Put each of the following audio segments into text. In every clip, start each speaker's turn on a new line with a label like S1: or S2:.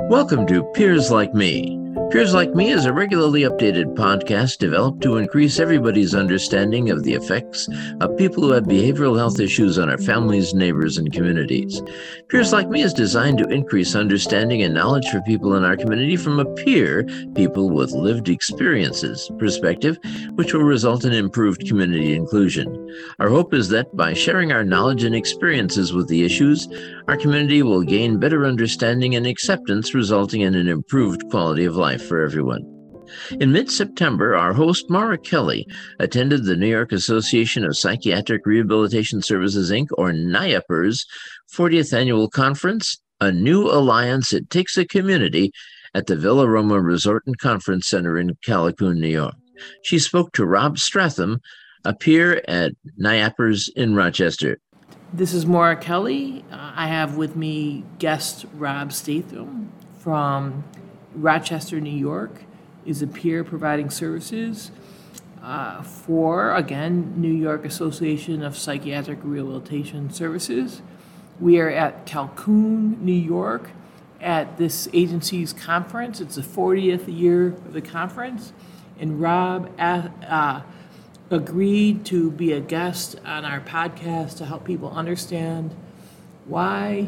S1: Welcome to Peers Like Me. Peers Like Me is a regularly updated podcast developed to increase everybody's understanding of the effects of people who have behavioral health issues on our families, neighbors, and communities. Peers Like Me is designed to increase understanding and knowledge for people in our community from a peer, people with lived experiences, perspective, which will result in improved community inclusion. Our hope is that by sharing our knowledge and experiences with the issues, our community will gain better understanding and acceptance, resulting in an improved quality of life for everyone. In mid September, our host Mara Kelly attended the New York Association of Psychiatric Rehabilitation Services, Inc., or NIAPR's 40th annual conference, A New Alliance It Takes a Community, at the Villa Roma Resort and Conference Center in Calicoon, New York. She spoke to Rob Stratham, a peer at NIAPR's in Rochester.
S2: This is Maura Kelly. Uh, I have with me guest Rob Statham from Rochester, New York. Is a peer providing services uh, for again New York Association of Psychiatric Rehabilitation Services. We are at Calcoon, New York, at this agency's conference. It's the 40th year of the conference, and Rob. a- Uh, agreed to be a guest on our podcast to help people understand why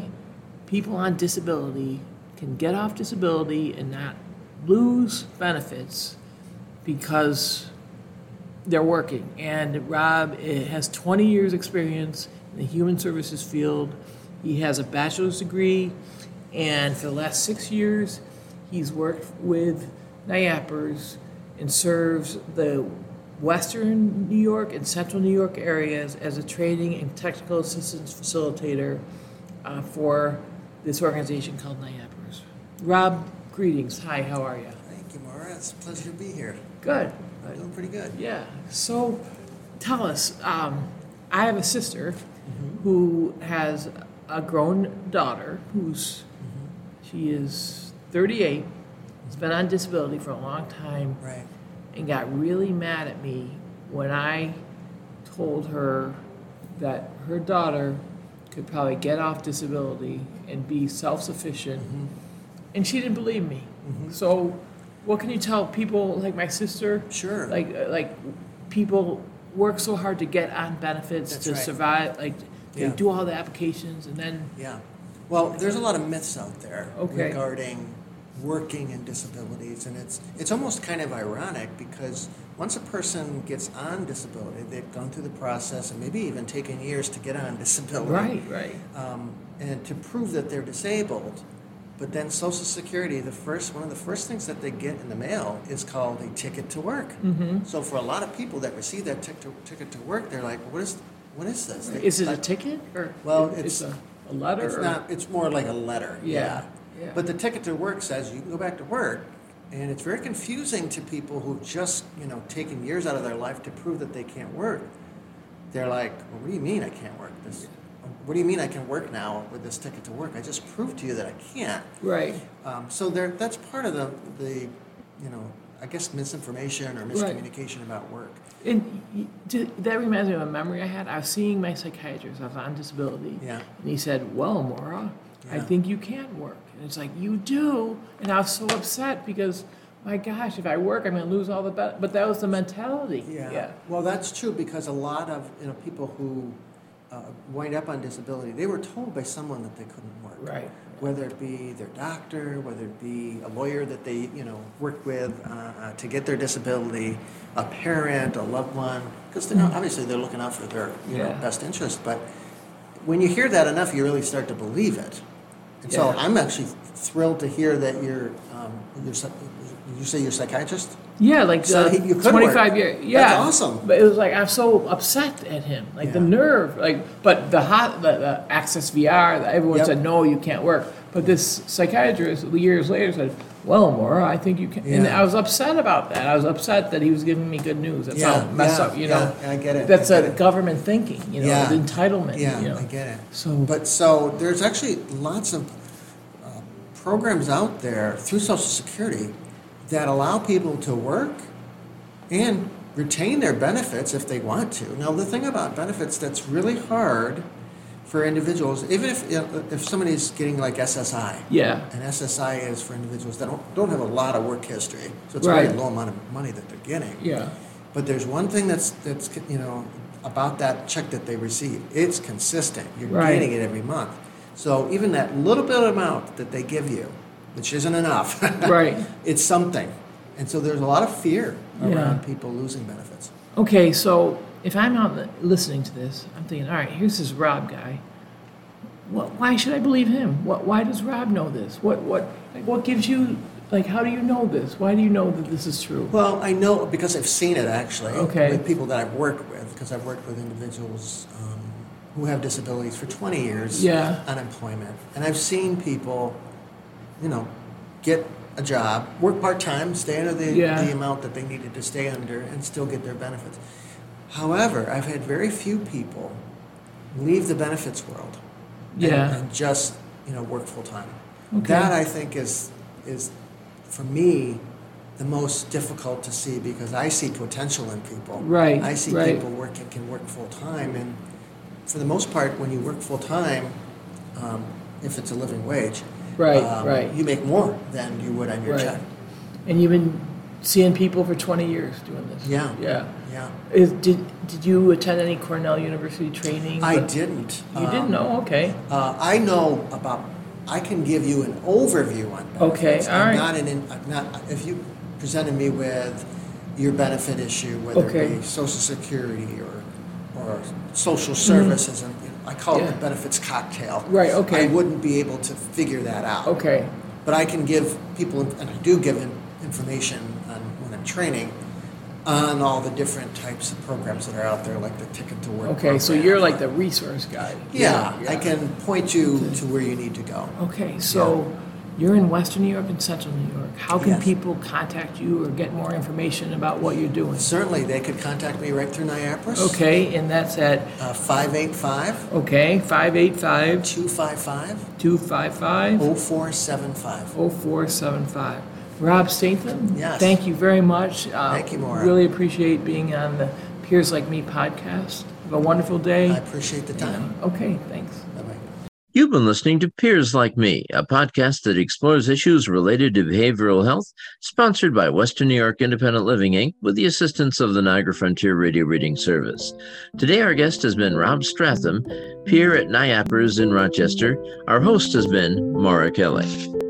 S2: people on disability can get off disability and not lose benefits because they're working. And Rob eh, has 20 years' experience in the human services field. He has a bachelor's degree, and for the last six years, he's worked with NIAPRS and serves the Western New York and Central New York areas as a training and technical assistance facilitator uh, for this organization called NIAPRS. Rob, greetings. Hi, how are you?
S3: Thank you, Mara. It's a pleasure to be here.
S2: Good.
S3: Doing pretty good.
S2: Yeah. So, tell us. Um, I have a sister who has a grown daughter who's she is 38. Has been on disability for a long time
S3: Right.
S2: and got really mad at me when I told her that her daughter could probably get off disability and be self sufficient. And she didn't believe me. So, what can you tell people like my sister?
S3: Sure.
S2: Like, uh, like people work so hard to get on benefits
S3: That's
S2: to
S3: right.
S2: survive. Like, they
S3: Yeah.
S2: do all the applications and then,
S3: yeah. Well, there's a lot of myths out there
S2: Okay.
S3: regarding working and disabilities, and it's it's almost kind of ironic because once a person gets on disability, they've gone through the process and maybe even taken years to get on disability.
S2: right, right.
S3: um, and to prove that they're disabled. But then Social Security, the first one of the first things that they get in the mail is called a ticket to work.
S2: Mm-hmm.
S3: So for a lot of people that receive that tick to, ticket to work, they're like, "What is what is this?" They-
S2: Is it a
S3: like,
S2: ticket or
S3: Well,
S2: it's,
S3: it's-
S2: a, a letter?
S3: It's
S2: or-
S3: not. It's more like a letter.
S2: Yeah, yeah.
S3: But the ticket to work says you can go back to work, and it's very confusing to people who've just you know taken years out of their life to prove that they can't work. They're like, well, "What do you mean I can't work? This, what do you mean I can work now with this ticket to work? I just proved to you that I can't."
S2: Right.
S3: Um, so there, that's part of the the, you know, I guess misinformation or miscommunication about work.
S2: And y- y- that reminds me of a memory I had. I was seeing my psychiatrist. I was on disability.
S3: Yeah.
S2: And he said, "Well, Maura, I
S3: Yeah.
S2: think you can work." And it's like, "You do." And I was so upset because, my gosh, if I work, I'm going to lose all the benefits. But that was the mentality.
S3: Well, that's true because a lot of you know people who uh, wind up on disability, they were told by someone that they couldn't work.
S2: Right.
S3: Whether it be their doctor, whether it be a lawyer that they you know worked with uh, uh, to get their disability, a parent, a loved one, because they're not, obviously they're looking out for their you know
S2: Mm-hmm. Yeah.
S3: best interest. But when you hear that enough, you really start to believe it. And so
S2: Yeah.
S3: I'm actually thrilled to hear that you're, um, you're psy- you say you're psychiatrist?
S2: Yeah, like
S3: So
S2: uh,
S3: he- you could work.
S2: 25 years.
S3: That's
S2: Yeah.
S3: awesome.
S2: But it was like, I'm so upset at him. Like the
S3: Yeah.
S2: nerve. Like, but the hot, the, the Access VR, the- everyone
S3: Yep.
S2: said, no, you can't work. But this psychiatrist years later said, well, Maura, I think you can. And
S3: Yeah.
S2: I was upset about that. I was upset that he was giving me good news. That's all
S3: Yeah,
S2: messed
S3: yeah,
S2: up, you
S3: yeah,
S2: know.
S3: I get it,
S2: That's
S3: I
S2: a
S3: get it.
S2: government thinking, you know,
S3: Yeah.
S2: the entitlement.
S3: Yeah,
S2: you know.
S3: I get it.
S2: So,
S3: But so there's actually lots of uh, programs out there through Social Security that allow people to work and retain their benefits if they want to. Now, the thing about benefits that's really hard for individuals, even if if somebody's getting like SSI,
S2: Yeah.
S3: and SSI is for individuals that don't, don't have a lot of work history, so it's a
S2: Right.
S3: very low amount of money that they're getting.
S2: Yeah.
S3: But there's one thing that's that's you know about that check that they receive. It's consistent. You're
S2: Right.
S3: getting it every month. So even that little bit of amount that they give you, which isn't enough,
S2: Right.
S3: it's something. And so there's a lot of fear
S2: Yeah.
S3: around people losing benefits.
S2: Okay, so if I'm out li- listening to this, I'm thinking, all right, here's this Rob guy. What, why should I believe him? What, why does Rob know this? What, what, like, what gives you, like, how do you know this? Why do you know that this is true?
S3: Well, I know because I've seen it actually
S2: Okay.
S3: with people that I've worked with because I've worked with individuals um, who have disabilities for 20 years,
S2: Yeah.
S3: unemployment, and I've seen people, you know, get a job, work part time, stay under the,
S2: Yeah.
S3: the amount that they needed to stay under, and still get their benefits. However, I've had very few people leave the benefits world and-
S2: Yeah.
S3: and, just you know work full time.
S2: Okay.
S3: That I think is is for me the most difficult to see because I see potential in people.
S2: Right,
S3: I see
S2: right.
S3: people work and can work full time, and for the most part, when you work full time, um, if it's a living wage, um,
S2: Right, right.
S3: you make more than you would on your
S2: Right.
S3: check.
S2: And you've been seeing people for 20 years doing this.
S3: Yeah.
S2: Yeah.
S3: Yeah,
S2: Is, did, did you attend any Cornell University training?
S3: I didn't.
S2: You
S3: um,
S2: didn't know? Okay.
S3: Uh, I know about, I can give you an overview on
S2: Okay,
S3: benefits.
S2: all right.
S3: I'm not an, in- I'm not, if you presented me with your benefit issue, whether
S2: Okay.
S3: it be social security or, or social services, and you know, I call it the
S2: Mm-hmm. Yeah.
S3: benefits cocktail.
S2: Right, okay.
S3: I wouldn't be able to figure that out.
S2: Okay.
S3: But I can give people, and I do give in- information on, when I'm training, on all the different types of programs that are out there, like the Ticket to Work
S2: Okay. So
S3: program.
S2: you're like the resource guy.
S3: Yeah, I can point you to where you need to go.
S2: Okay, so you're in Western New York and Central New York. How can
S3: Yes.
S2: people contact you or get more information about what you're doing?
S3: Certainly, they could contact me right through Nyapolis.
S2: Okay, and that's at
S3: Uh, 585
S2: okay 585
S3: 255
S2: 255
S3: 0475.
S2: 0475. Rob Statham,
S3: Yes.
S2: thank you very much. Uh,
S3: Thank you, Maura.
S2: Really appreciate being on the Peers Like Me podcast. Have a wonderful day.
S3: I appreciate the time.
S2: okay, thanks.
S3: Bye-bye.
S1: You've been listening to Peers Like Me, a podcast that explores issues related to behavioral health, sponsored by Western New York Independent Living Inc., with the assistance of the Niagara Frontier Radio Reading Service. Today, our guest has been Rob Stratham, peer at Nyappers in Rochester. Our host has been Maura Kelly.